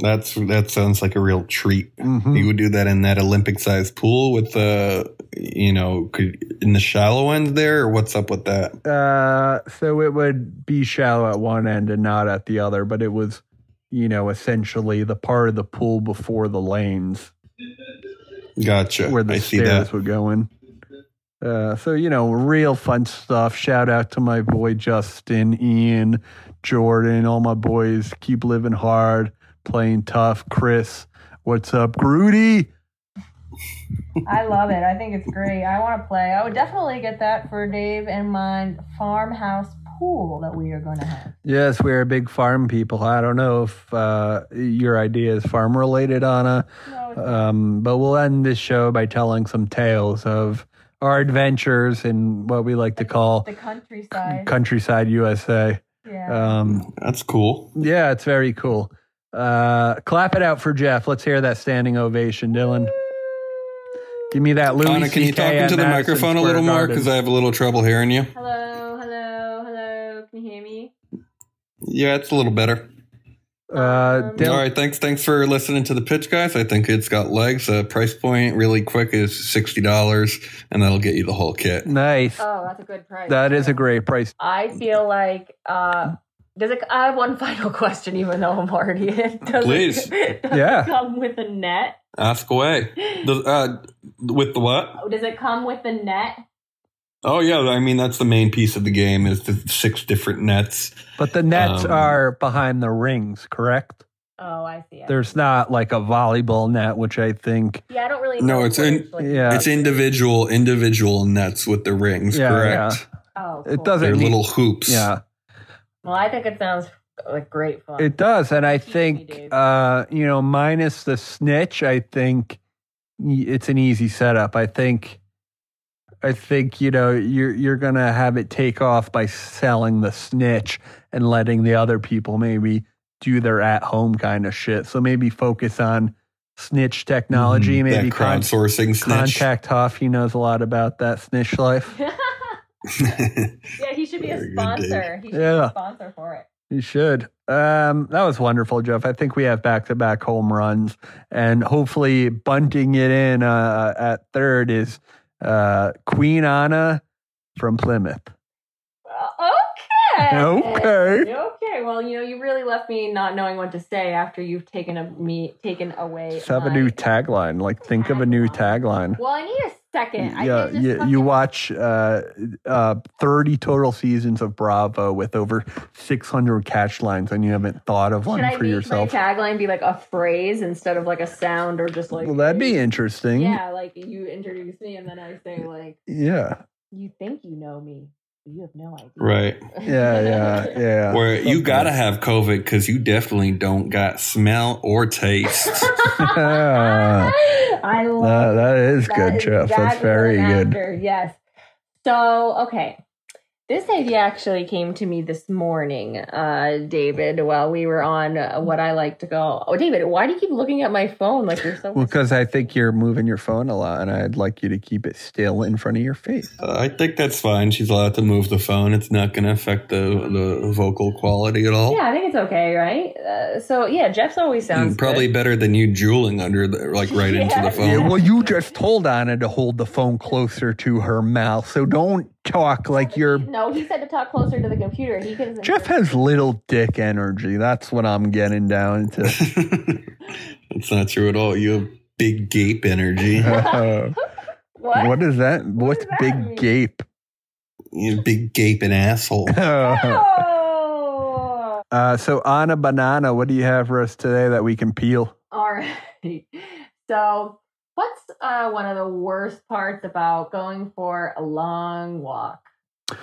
That's that sounds like a real treat.
Mhm.
You would do that in that Olympic-sized pool with the, you know, could, in the shallow end there, or what's up with that?
Uh, so it would be shallow at one end and not at the other, but it was, you know, essentially the part of the pool before the lanes
Gotcha.
where the
I see
stairs
that.
would go in. Uh, so you know, real fun stuff. Shout out to my boy Justin, Ian, Jordan, all my boys. Keep living hard, playing tough. Chris, what's up, Grudy?
I love it. I think it's great. I want to play. I would definitely get that for Dave and my farmhouse pool that we are going to have.
Yes, we are big farm people. I don't know if uh, your idea is farm related, Anna. Um, but we'll end this show by telling some tales of our adventures in what we like to call
The countryside.
countryside USA.
Yeah.
Um,
That's cool.
yeah, it's very cool. Uh, clap it out for Jeff. Let's hear that standing ovation, Dylan. Give me that Louis
Anna, can you
CK
talk
at
into the
Madison
microphone a
Square
little more?
Garden.
Because I have a little trouble hearing you.
hello, hello, hello. Can you hear me?
Yeah, it's a little better.
uh, Dylan,
All right, thanks. Thanks for listening to the pitch, guys. I think it's got legs. Uh, price point really quick is sixty dollars, and that'll get you the whole kit.
nice.
Oh, that's a good price.
That is a great price.
I feel like. Uh, does it? I have one final question, even though I'm already in. Does
Please.
It, does
Yeah.
It come with a net.
Ask away. Does- uh, with the what?
Does it come with a net?
Oh yeah, I mean that's the main piece of the game is the six different nets.
But the nets
Um,
are behind the rings, correct?
Oh, I see. I
There's not like a volleyball net, which I think.
see. yeah, I don't really.
No,
know
it's
what
in-
like-
Yeah.
It's individual individual nets with the rings,
Yeah,
correct?
Oh,
It
cool.
doesn't-
They're
Neat.
little hoops.
Yeah.
Well, I think it sounds like great fun.
It does, and I
Excuse me,
think
Dave.
uh, you know, minus the snitch, I think y- it's an easy setup. I think I think you know you're you're gonna have it take off by selling the snitch and letting the other people maybe do their at home kind of shit. So maybe focus on snitch technology.
Mm-hmm. that
maybe con-
crowdsourcing snitch.
contact Huff. He knows a lot about that snitch life.
yeah, he should be
Very
a
good, Dave.
sponsor. He should be
Yeah.
a sponsor for it.
You should. Um, that was wonderful, Jeff. I think we have back to back home runs, and hopefully bunting it in uh, at third is uh, Queen Anna from Plymouth.
Uh, Okay.
Okay.
Okay. Well, you know, you really left me not knowing what to say after you've taken a, me taken away.
Let's have a
my-
new tagline. Like, think of a new tagline.
Well, I need a second. I
yeah,
can't just
you,
fucking-
you watch uh, uh, 30 total seasons of Bravo with over 600 catch lines, and you haven't thought of
Should
one
I
for
make
yourself.
my tagline be like a phrase instead of like a sound or just like?
Well, that'd be interesting.
Yeah, like you introduce me and then I say like,
Yeah.
"You think you know me, but you have no idea."
Right.
Yeah. Yeah. yeah.
Where you
Something.
gotta have COVID because you definitely don't got smell or taste.
I love
Uh, that is
That
good,
is
Jeff. That's
exactly
very
what I'm
good.
after, Yes. So, okay. This idea actually came to me this morning, uh, David, while we were on uh, what I like to call. Oh, David, why do you keep looking at my phone like you're so.
Well, because I think you're moving your phone a lot, and I'd like you to keep it still in front of your face.
Uh, I think that's fine. She's allowed to move the phone. It's not gonna affect the the vocal quality at all.
yeah, I think it's okay, right? Uh, so, yeah, Jeff's always
Hmm,
sounds
Mm, Probably
good.
better than you jeweling under the, like right into
Yeah.
the phone.
Yeah, well, you just told Anna to hold the phone closer to her mouth, so don't talk like you're.
No, he said to talk closer to the computer. He can.
Jeff has little dick energy. That's what I'm getting down to.
That's not true at all. You have big gape energy.
Uh,
what?
what is that?
What
What's
does that
big
mean?
gape?
you have big gape and asshole.
Oh.
Uh, so Anna Banana, what do you have for us today that we can peel?
All right. So, what's uh, one of the worst parts about going for a long walk?
A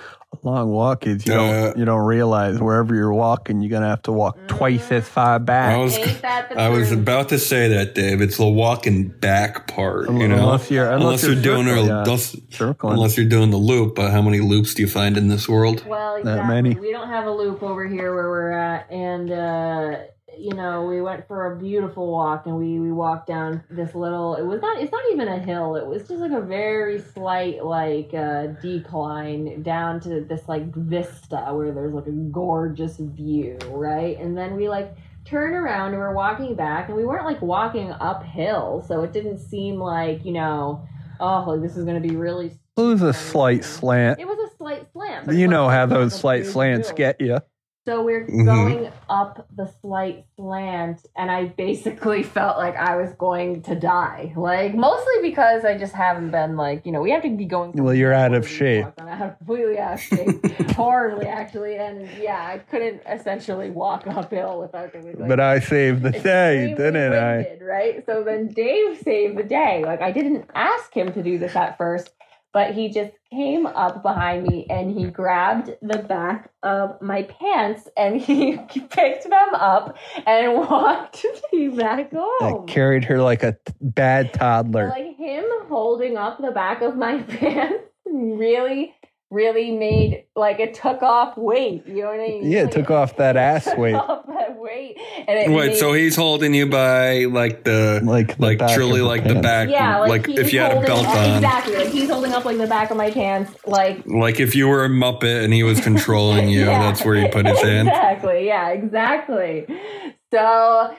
long walk is you don't
Uh,
you don't realize wherever you're walking, you're gonna have to
Mm-hmm.
walk twice as far back.
I was
Ain't that the
I was
truth?
about to say that, Dave. It's the walking back part, you know.
unless you're unless,
Unless, you're, doing
circling,
a,
yeah,
unless,
circling.
unless you're doing the loop. But how many loops do you find in this world?
Well,
That
exactly.
many.
We don't have a loop over here where we're at, and uh, you know, we went for a beautiful walk, and we we walked down this little. It was not. It's not even a hill. It was just like a very slight like uh, decline down to this like vista where there's like a gorgeous view, right? And then we like turned around and we're walking back, and we weren't like walking uphill, so it didn't seem like you know. Oh, like this is gonna be really.
it was a slight slant.
It was a slight slant. but it
You know
wasn't
how
like
those
a
slight
big
slants
hill.
get you.
So we're
Mm-hmm.
Mhm.
going up the slight slant, and I basically felt like I was going to die. Like mostly because I just haven't been like you know we have to be going.
Well, you're out of shape.
I'm out of, completely out of shape, horribly actually, and yeah, I couldn't essentially walk uphill without doing. Like,
But I saved the day,
extremely
didn't I?
winded, Right. So then Dave saved the day. Like I didn't ask him to do this at first, but he just came up behind me and he grabbed the back of my pants and he picked them up and walked me back
I
home.
carried her like a t- bad toddler.
Like him holding up the back of my pants really, really made like it took off weight. You know what I mean?
Yeah, it
Like,
took off that ass
took
weight.
off that weight, and it
Wait,
made-
so he's holding you by like the
Like the
like
back of
truly
her
like the
pants.
back,
Yeah, like,
like,
he's
if you had a
holding
belt
up-
on,
Exactly, like he's holding up like the back of my pants, like
like if you were a muppet and he was controlling you.
Yeah.
That's where you put his hand.
Exactly. Yeah. Exactly. So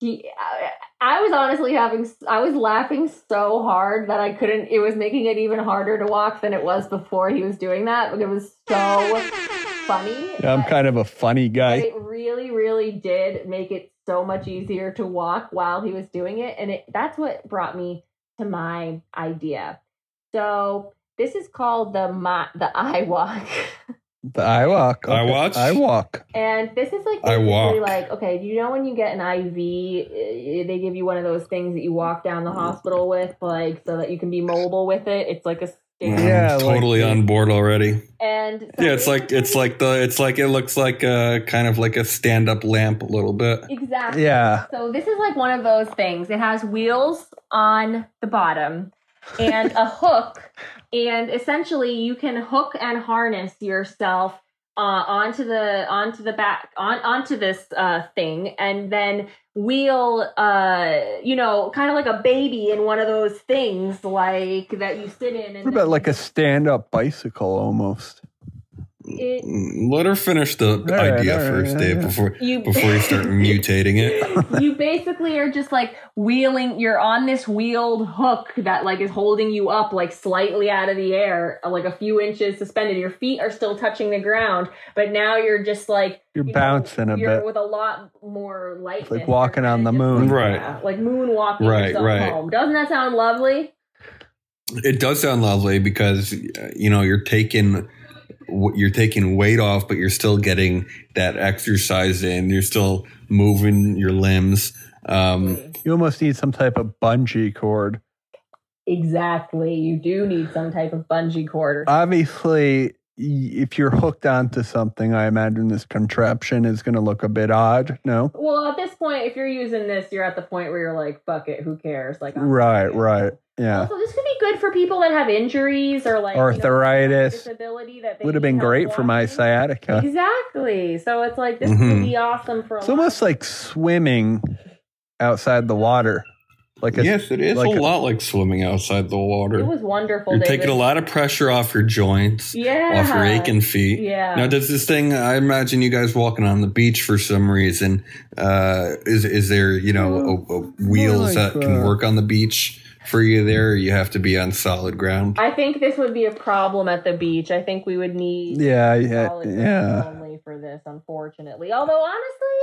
he, I, I was honestly having, I was laughing so hard that I couldn't. It was making it even harder to walk than it was before he was doing that. But it was so funny.
Yeah, I'm kind of a funny
But
guy.
it really, really did make it so much easier to walk while he was doing it. And it, that's what brought me to my idea. So this is called the my, the eye walk.
I walk.
I watch?
I walk.
And this is like
I
basically
walk.
like okay, you know when you get an IV, eh, they give you one of those things that you walk down
Mm-hmm.
the hospital with, like so that you can be mobile with it. It's like a stick.
Yeah,
I'm
like-
totally on board already.
And so
Yeah, it's like it's like the it's like it looks like a kind of like a stand up lamp a little bit.
exactly.
Yeah.
So this is like one of those things. It has wheels on the bottom, and a hook. And essentially, you can hook and harness yourself uh, onto the onto the back on onto this uh, thing, and then wheel, uh, you know, kind of like a baby in one of those things like that you sit in. And
What about like a stand up bicycle almost?
it,
Let her finish the
right,
idea
all right,
first,
yeah,
Dave,
yeah.
before
You-
before you start mutating it.
you basically are just like wheeling you're on this wheeled hook that like is holding you up like slightly out of the air uh, like a few inches suspended your feet are still touching the ground but now you're just like
You're
you know,
bouncing a
you're
bit.
with a lot more lightness
like walking on the moon.
Right.
Yeah, like moonwalking
Right,
yourself
right.
home doesn't that sound lovely
It does sound lovely because uh, you know you're taking w- you're taking weight off, but you're still getting that exercise in. You're still moving your limbs. Um,
You almost need some type of bungee cord.
exactly you do need some type of bungee cord
Uh,
or
Obviously, y- if you're hooked onto something, I imagine this contraption is going to look a bit odd. No?
well at this point if you're using this you're at the point where you're like fuck it who cares like I'm-
Right, right. Yeah.
Also, this could be good for people that have injuries or like you know,
Arthritis.
disability that they
Would have been
need help
great for my
walking.
sciatica.
Exactly. So it's like this
Mhm.
could be awesome for. a
It's
lot.
almost like swimming outside the water. Like a,
yes, it is
like a-
a lot like swimming outside the water.
It was wonderful.
You're
David.
taking a lot of pressure off your joints,
Yeah.
off your aching feet.
Yeah.
Now, does this thing? I imagine you guys walking on the beach for some reason. Uh, is is there you know a, a
like
wheels that can
that.
work on the beach for you? There, or you have to be on solid ground.
I think this would be a problem at the beach. I think we would need
yeah, yeah,
solid ground
yeah.
only for this, unfortunately. Although honestly,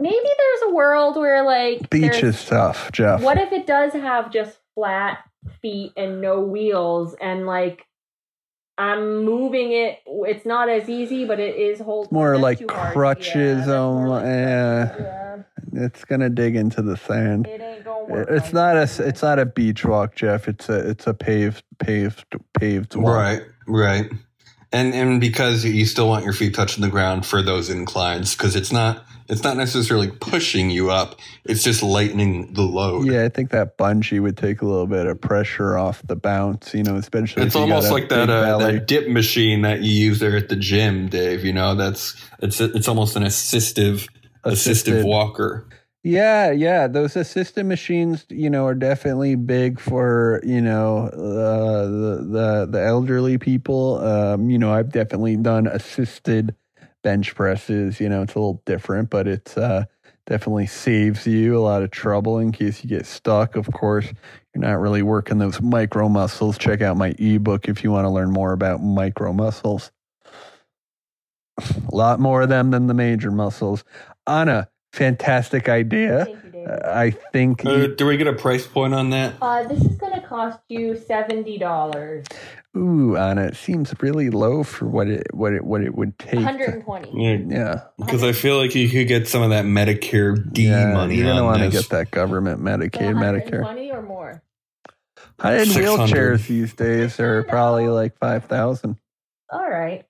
maybe there's a world where like
Beach
there's-
is tough, Jeff.
What if it does have just flat feet and no wheels and like I'm moving it. It's not as easy, but it is holding.
more
that's
like
too hard.
crutches.
Yeah, that's more
on,
like-
eh,
yeah,
it's gonna dig into the sand.
it ain't gonna work.
It's
like
not
that.
a it's not a beach walk, Jeff. It's a it's a paved paved paved walk.
Right, right. And and because you still want your feet touching the ground for those inclines, because it's not it's not necessarily pushing you up. It's just lightening the load.
Yeah, I think that bungee would take a little bit of pressure off the bounce. You know, especially
It's
if you got
almost
a
like that
big
uh,
belly.
that dip machine that you use there at the gym, Dave. You know, that's it's it's almost an assistive assistive
Assisted.
walker.
Yeah, yeah. Those assistant machines, you know, are definitely big for you know uh, the the the elderly people. Um, you know, I've definitely done assisted bench presses. You know, it's a little different, but it's uh, definitely saves you a lot of trouble in case you get stuck. Of course, you're not really working those micro muscles. Check out my ebook if you want to learn more about micro muscles. a lot more of them than the major muscles. Anna, fantastic idea.
Thank you, David.
Uh, I think
Uh, do we get a price point on that?
Uh, this is gonna cost you seventy dollars,
ooh, Anna, it seems really low for what it what it what it would take.
one
to-
hundred and twenty.
Yeah,
yeah,
because I feel like you could get some of that Medicare D
yeah,
money.
You're
on
gonna want to
this.
get that government Medicaid, Medicare.
twenty or more.
High end
600.
wheelchairs these days are probably like five thousand.
All right,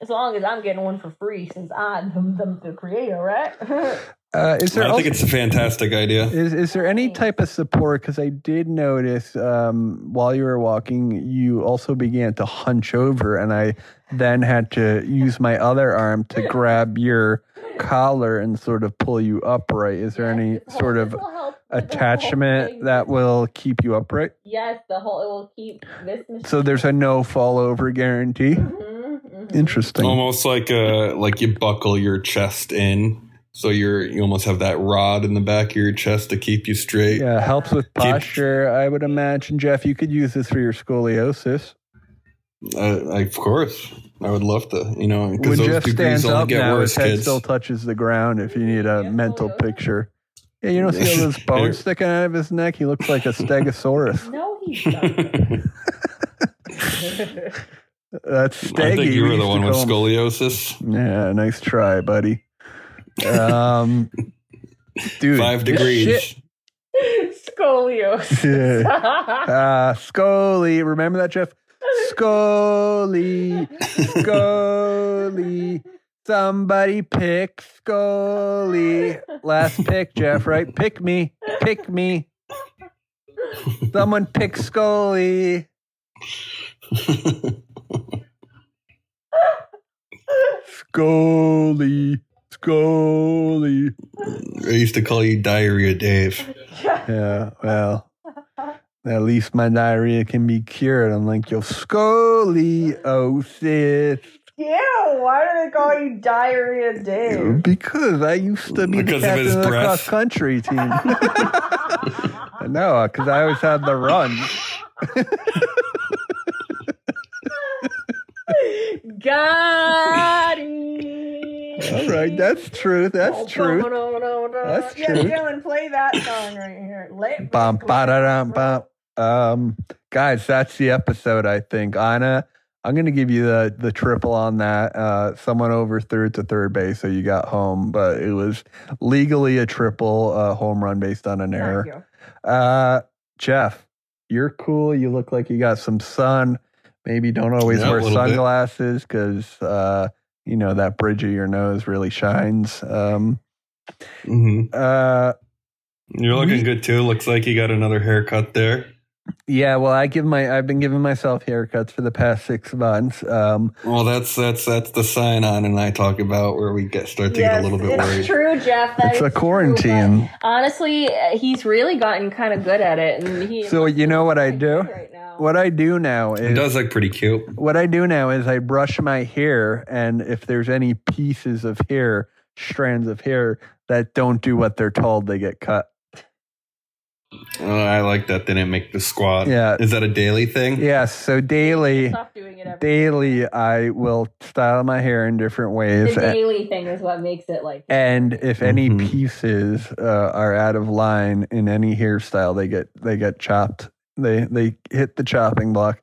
as long as I'm getting one for free, since I'm the, the, the creator, right?
Uh, is there
I
also-
think it's a fantastic idea.
Is is there any
Thanks.
type of support? Because I did notice um, while you were walking, you also began to hunch over, and I then had to use my other arm to grab your collar and sort of pull you upright. Is there
Yes,
any
this will-
sort
this
of
will help with the whole
attachment
thing.
that will keep you upright?
Yes, the whole it will keep this machine.
So there's a no fall over guarantee.
Mhm,
mm-hmm,
mhm.
Interesting.
Almost like uh like you buckle your chest in, so you're you almost have that rod in the back of your chest to keep you straight.
Yeah, helps with posture. I would imagine, Jeff, you could use this for your scoliosis.
Uh, of course, I would love to. You know,
When
because those
Jeff
degrees
stands
only
up
get
now,
worse,
his head
kids.
still touches the ground. If you need a
Yeah,
mental
yeah.
picture, yeah, you don't see all those bones sticking out of his neck. He looks like a
mm-hmm.
stegosaurus.
No, he doesn't.
That's
I
steggy.
think
We
you were
used
the
to
one with
call him-
scoliosis.
Yeah, nice try, buddy. Um, dude,
Five
this shit-
degrees.
Scoliosis.
Yeah. Ah, Scully. Remember that, Jeff? Scully. Scully. Somebody pick Scully. Last pick, Jeff, right? Pick me. Pick me. Someone pick Scully. Scully. Scully.
I used to call you Diarrhea Dave.
Yeah, well, at least my diarrhea can be cured. I'm like, yo, oh, scoliosis.
Yeah, why do they call you Diarrhea Dave?
Because I used to be
Oh. Because
the
of
captain
his
of, the
breath.
cross country team. no, because I always had the run.
Got it.
All right, that's true.
Oh,
That's true. That's
yeah,
true.
Dylan, play that song right here. Let
Bum, ba-da-dum, bum. Um, guys, that's the episode. I think Anna, I'm gonna give you the the triple on that. Uh, someone overthrew it to third base, so you got home, but it was legally a triple uh, home run based on an error.
Thank you.
Uh, Jeff, you're cool. You look like you got some sun. Maybe don't always
Yeah, a
wear
little bit.
sunglasses because uh, you know that bridge of your nose really shines. Um,
hmm
uh,
You're
Mm-hmm.
looking good too. Looks like you got another haircut there.
yeah, well, I give my I've been giving myself haircuts for the past six months. Um,
Well, that's that's that's the sign on and I talk about where we get start to get a
Yes,
little bit
it's
worried.
True, Jeff. That
it's
is
a
true,
quarantine,
but honestly, uh, he's really gotten kind of good at it, and he.
so you know what I do.
Right now.
What I do now
It
is
does look pretty cute.
what I do now is I brush my hair, and if there's any pieces of hair, strands of hair that don't do what they're told, they get cut.
Uh, I like that they didn't make the squad.
Yeah.
Is that a daily thing?
Yeah, so daily,
Stop doing it every
daily, I will style my hair in different ways.
The
a-
daily thing is what makes it like.
And if any
Mhm.
pieces uh, are out of line in any hairstyle, they get they get chopped. They they hit the chopping block.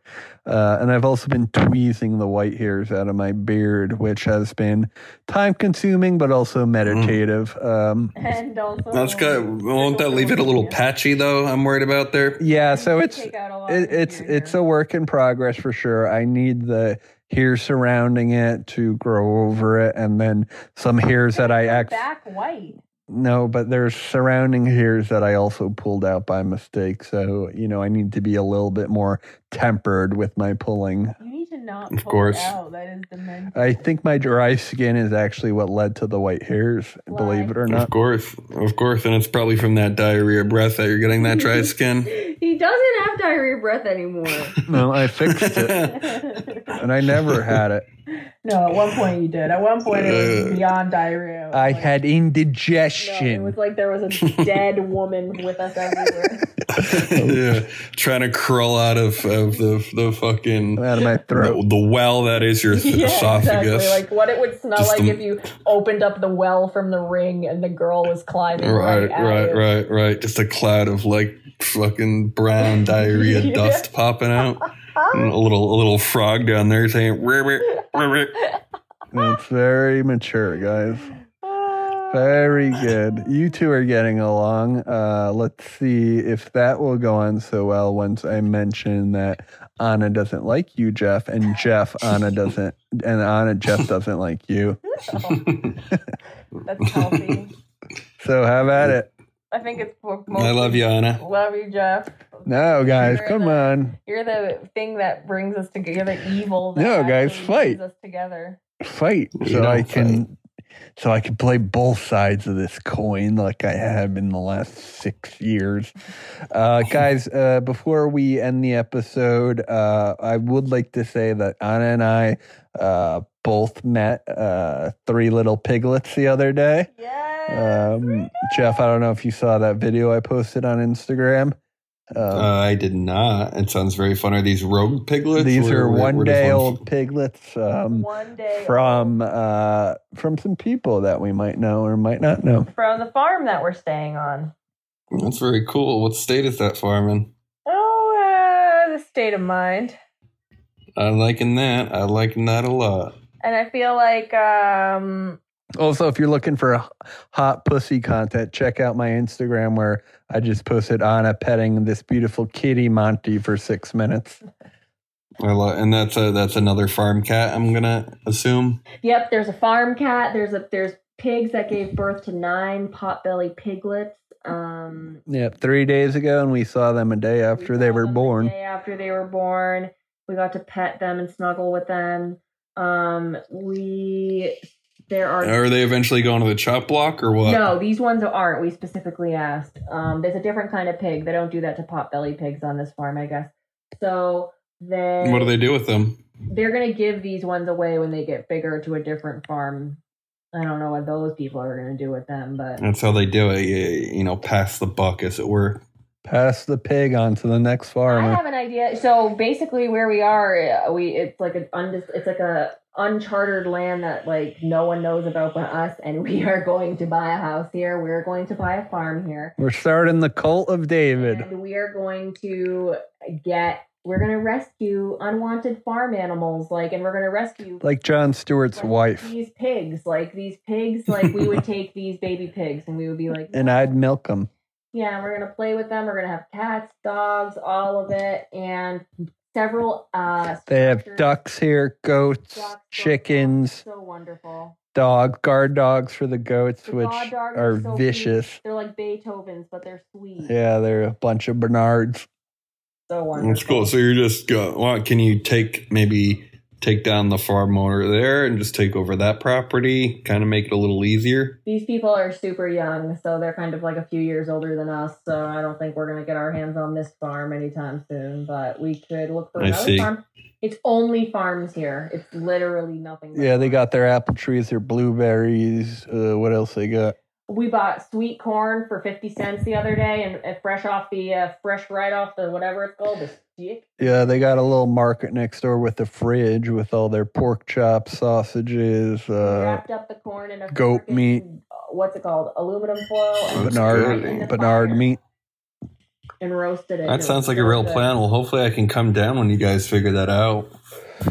Uh, and I've also been tweezing the white hairs out of my beard, which has been time consuming but also meditative. Um,
And also,
That's good. Won't that leave it a little patchy though? I'm worried about there.
yeah, so it's
Take out a lot
it,
of
it's
hair.
it's a work in progress for sure. I need the hair surrounding it to grow over it, and then some hairs that I act
back white.
no, but there's surrounding hairs that I also pulled out by mistake. So you know I need to be a little bit more tempered with my pulling.
You need to not.
Of
pull it
course.
out. That is demented.
I think my dry skin is actually what led to the white hairs, believe it or
Of
not.
course, of course, and it's probably from that diarrhea breath that you're getting that
Mm-hmm.
dry skin.
He doesn't have diarrhea breath anymore.
No, I fixed it, and I never had it.
No, at one point you did. At one point it was beyond diarrhea. It was
I
like-
had
No,
indigestion.
it was like there was a dead woman with us everywhere.
yeah, trying to crawl out of, of the the fucking
out of my throat.
the, the well that is your th-
yeah,
esophagus.
exactly. Like what it would smell
Just
like
the-
if you opened up the well from the ring and the girl was climbing
Right,
right, at
right,
you.
right, right. Just a cloud of like fucking brown diarrhea
Yeah.
dust popping out. And a little a little frog down there saying "Rrr, rrr, rrr, rrr."
It's very mature, guys. Very good. You two are getting along. Uh, let's see if that will go on so well once I mention that Anna doesn't like you, Jeff, and Jeff, Anna doesn't, and Anna, Jeff doesn't like you.
That's healthy.
So, how about it?
I think it's for
I love you, Anna.
Love you, Jeff.
No, guys, come on.
You're the thing that brings us together. You're the evil. That
No, guys,
actually
fight.
brings us together.
Fight so I can. So I can play both sides of this coin like I have in the last six years. Uh, guys, uh, before we end the episode, uh, I would like to say that Anna and I uh, both met uh, three little piglets the other day.
Yeah.
Um, Jeff, I don't know if you saw that video I posted on Instagram.
Uh,
Um,
I did not. It sounds very fun. Are these rogue piglets?
these
Uh, Where-
are
where-
one
where does
day
one-
old piglets um,
One day
from uh, from some people that we might know or might not know.
from the farm that we're staying on.
That's very cool. What state is that farm in?
Oh, uh, the state of mind.
I'm liking that. I liking that a lot.
And I feel like um,
Also, if you're looking for a hot pussy content, check out my Instagram where I just posted Anna petting this beautiful kitty Monty for six minutes.
I li- and that's a that's another farm cat. I'm gonna assume.
Yep, there's a farm cat. There's a there's pigs that gave birth to nine potbelly piglets. Um,
Yeah, three days ago, and we saw them a day
we
after they
saw
were
them the
born.
day after they were born, we got to pet them and snuggle with them. Um, we there are
Are they eventually going to the chop block or what?
No, these ones aren't. We specifically asked. Um, there's a different kind of pig. They don't do that to potbelly pigs on this farm, I guess. So then
What do they do with them?
They're gonna give these ones away when they get bigger to a different farm. I don't know what those people are gonna do with them, but
That's how they do it. You, you know, pass the buck, as it were.
Pass the pig on to the next
I
farmer.
have an idea. So basically, where we are, uh, we it's like an undis- it's like a uncharted land that like no one knows about but us, and we are going to buy a house here. We're going to buy a farm here.
We're starting the cult of David.
And we are going to get, we're going to rescue unwanted farm animals, like, and we're going to rescue
Like John Stewart's
like,
wife.
These pigs, like these pigs, like we would take these baby pigs, and we would be like,
And I'd milk him.
yeah, we're gonna play with them. We're gonna have cats, dogs, all of it, and several. uh
They have
structures.
ducks here, goats,
Ducks, so-
chickens,
So wonderful.
dog, guard dogs for the goats,
The
which
guard dogs
are
so
vicious.
Cute. They're like Beethoven's, but they're sweet.
Yeah, they're a bunch of Bernards.
So wonderful.
That's cool. So you're just go. Well, can you take maybe take down the farm owner there and just take over that property? Kind of make it a little easier.
these people are super young, so they're kind of like a few years older than us. So I don't think we're gonna get our hands on this farm anytime soon. But we could look for
I
another
see.
farm. It's only farms here. It's literally nothing. but
Yeah, they
farms.
got their apple trees, their blueberries. Uh, what else they got?
We bought sweet corn for fifty cents the other day, and uh, fresh off the uh, fresh right off the whatever it's called the stick.
Yeah, they got a little market next door with a fridge with all their pork chops, sausages.
We
Uh,
wrapped up the corn in a
goat
frickin',
meat.
uh, What's it called? Aluminum foil. And
That's
right
Bernard,
good.
in the
Bernard
fire
meat.
And roasted it.
That
It
sounds
was
like a
so
real
good.
plan. Well, hopefully, I can come down when you guys figure that out.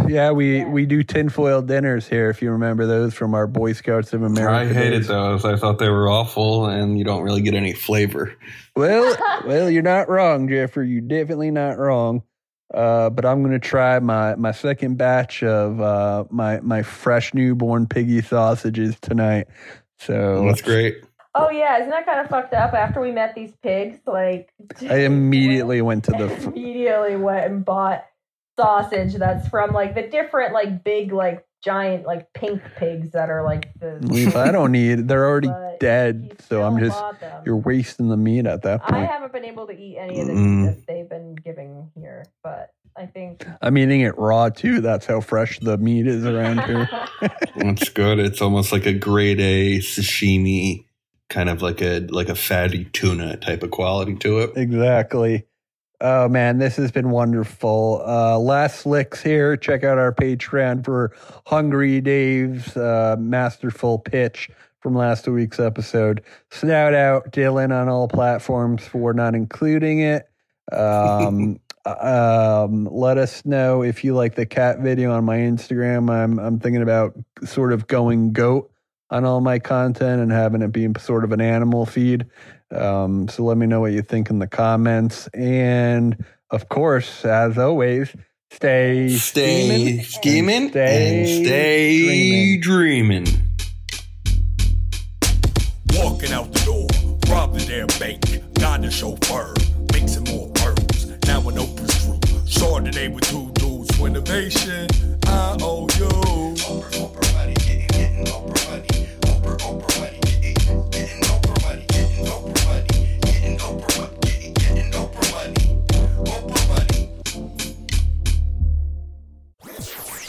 Yeah, we we do tinfoil dinners here. If you remember those from our Boy Scouts of America,
I hated
days.
those. I thought they were awful, and you don't really get any flavor.
Well, well, you're not wrong, Jeffrey. You're definitely not wrong. Uh, but I'm gonna try my my second batch of uh, my my fresh newborn piggy sausages tonight. So
That's great.
Oh yeah, isn't that kind of fucked up? After we met these pigs, like
I immediately went to the. F-
immediately went and bought sausage that's from like the different like big like giant like pink pigs that are like the
Leaf, I don't need. They're already
but he
dead, so
still
I'm just.
bought them.
You're wasting the meat at that
I
point.
haven't been able to eat any of the
Mm.
meat that they've been giving here, but I think
I'm eating it raw too. That's how fresh the meat is around here.
That's good. It's almost like a grade A sashimi, kind of like a like a fatty tuna type of quality to it.
Exactly. Oh man, this has been wonderful. Uh, last licks here. Check out our Patreon for Hungry Dave's uh, masterful pitch from last week's episode. Snout out Dylan on all platforms for not including it. Um, um, let us know if you like the cat video on my Instagram. I'm I'm thinking about sort of going goat on all my content and having it be sort of an animal feed. Um, so let me know what you think in the comments. And of course, as always, stay
Stay
steaming.
scheming
Stay
and stay dreaming.
Walking out the door, robbed the damn bank, got the chauffeur, mixing more pearls. Now an open screw, Chardonnay with two dudes, innovation, I owe you.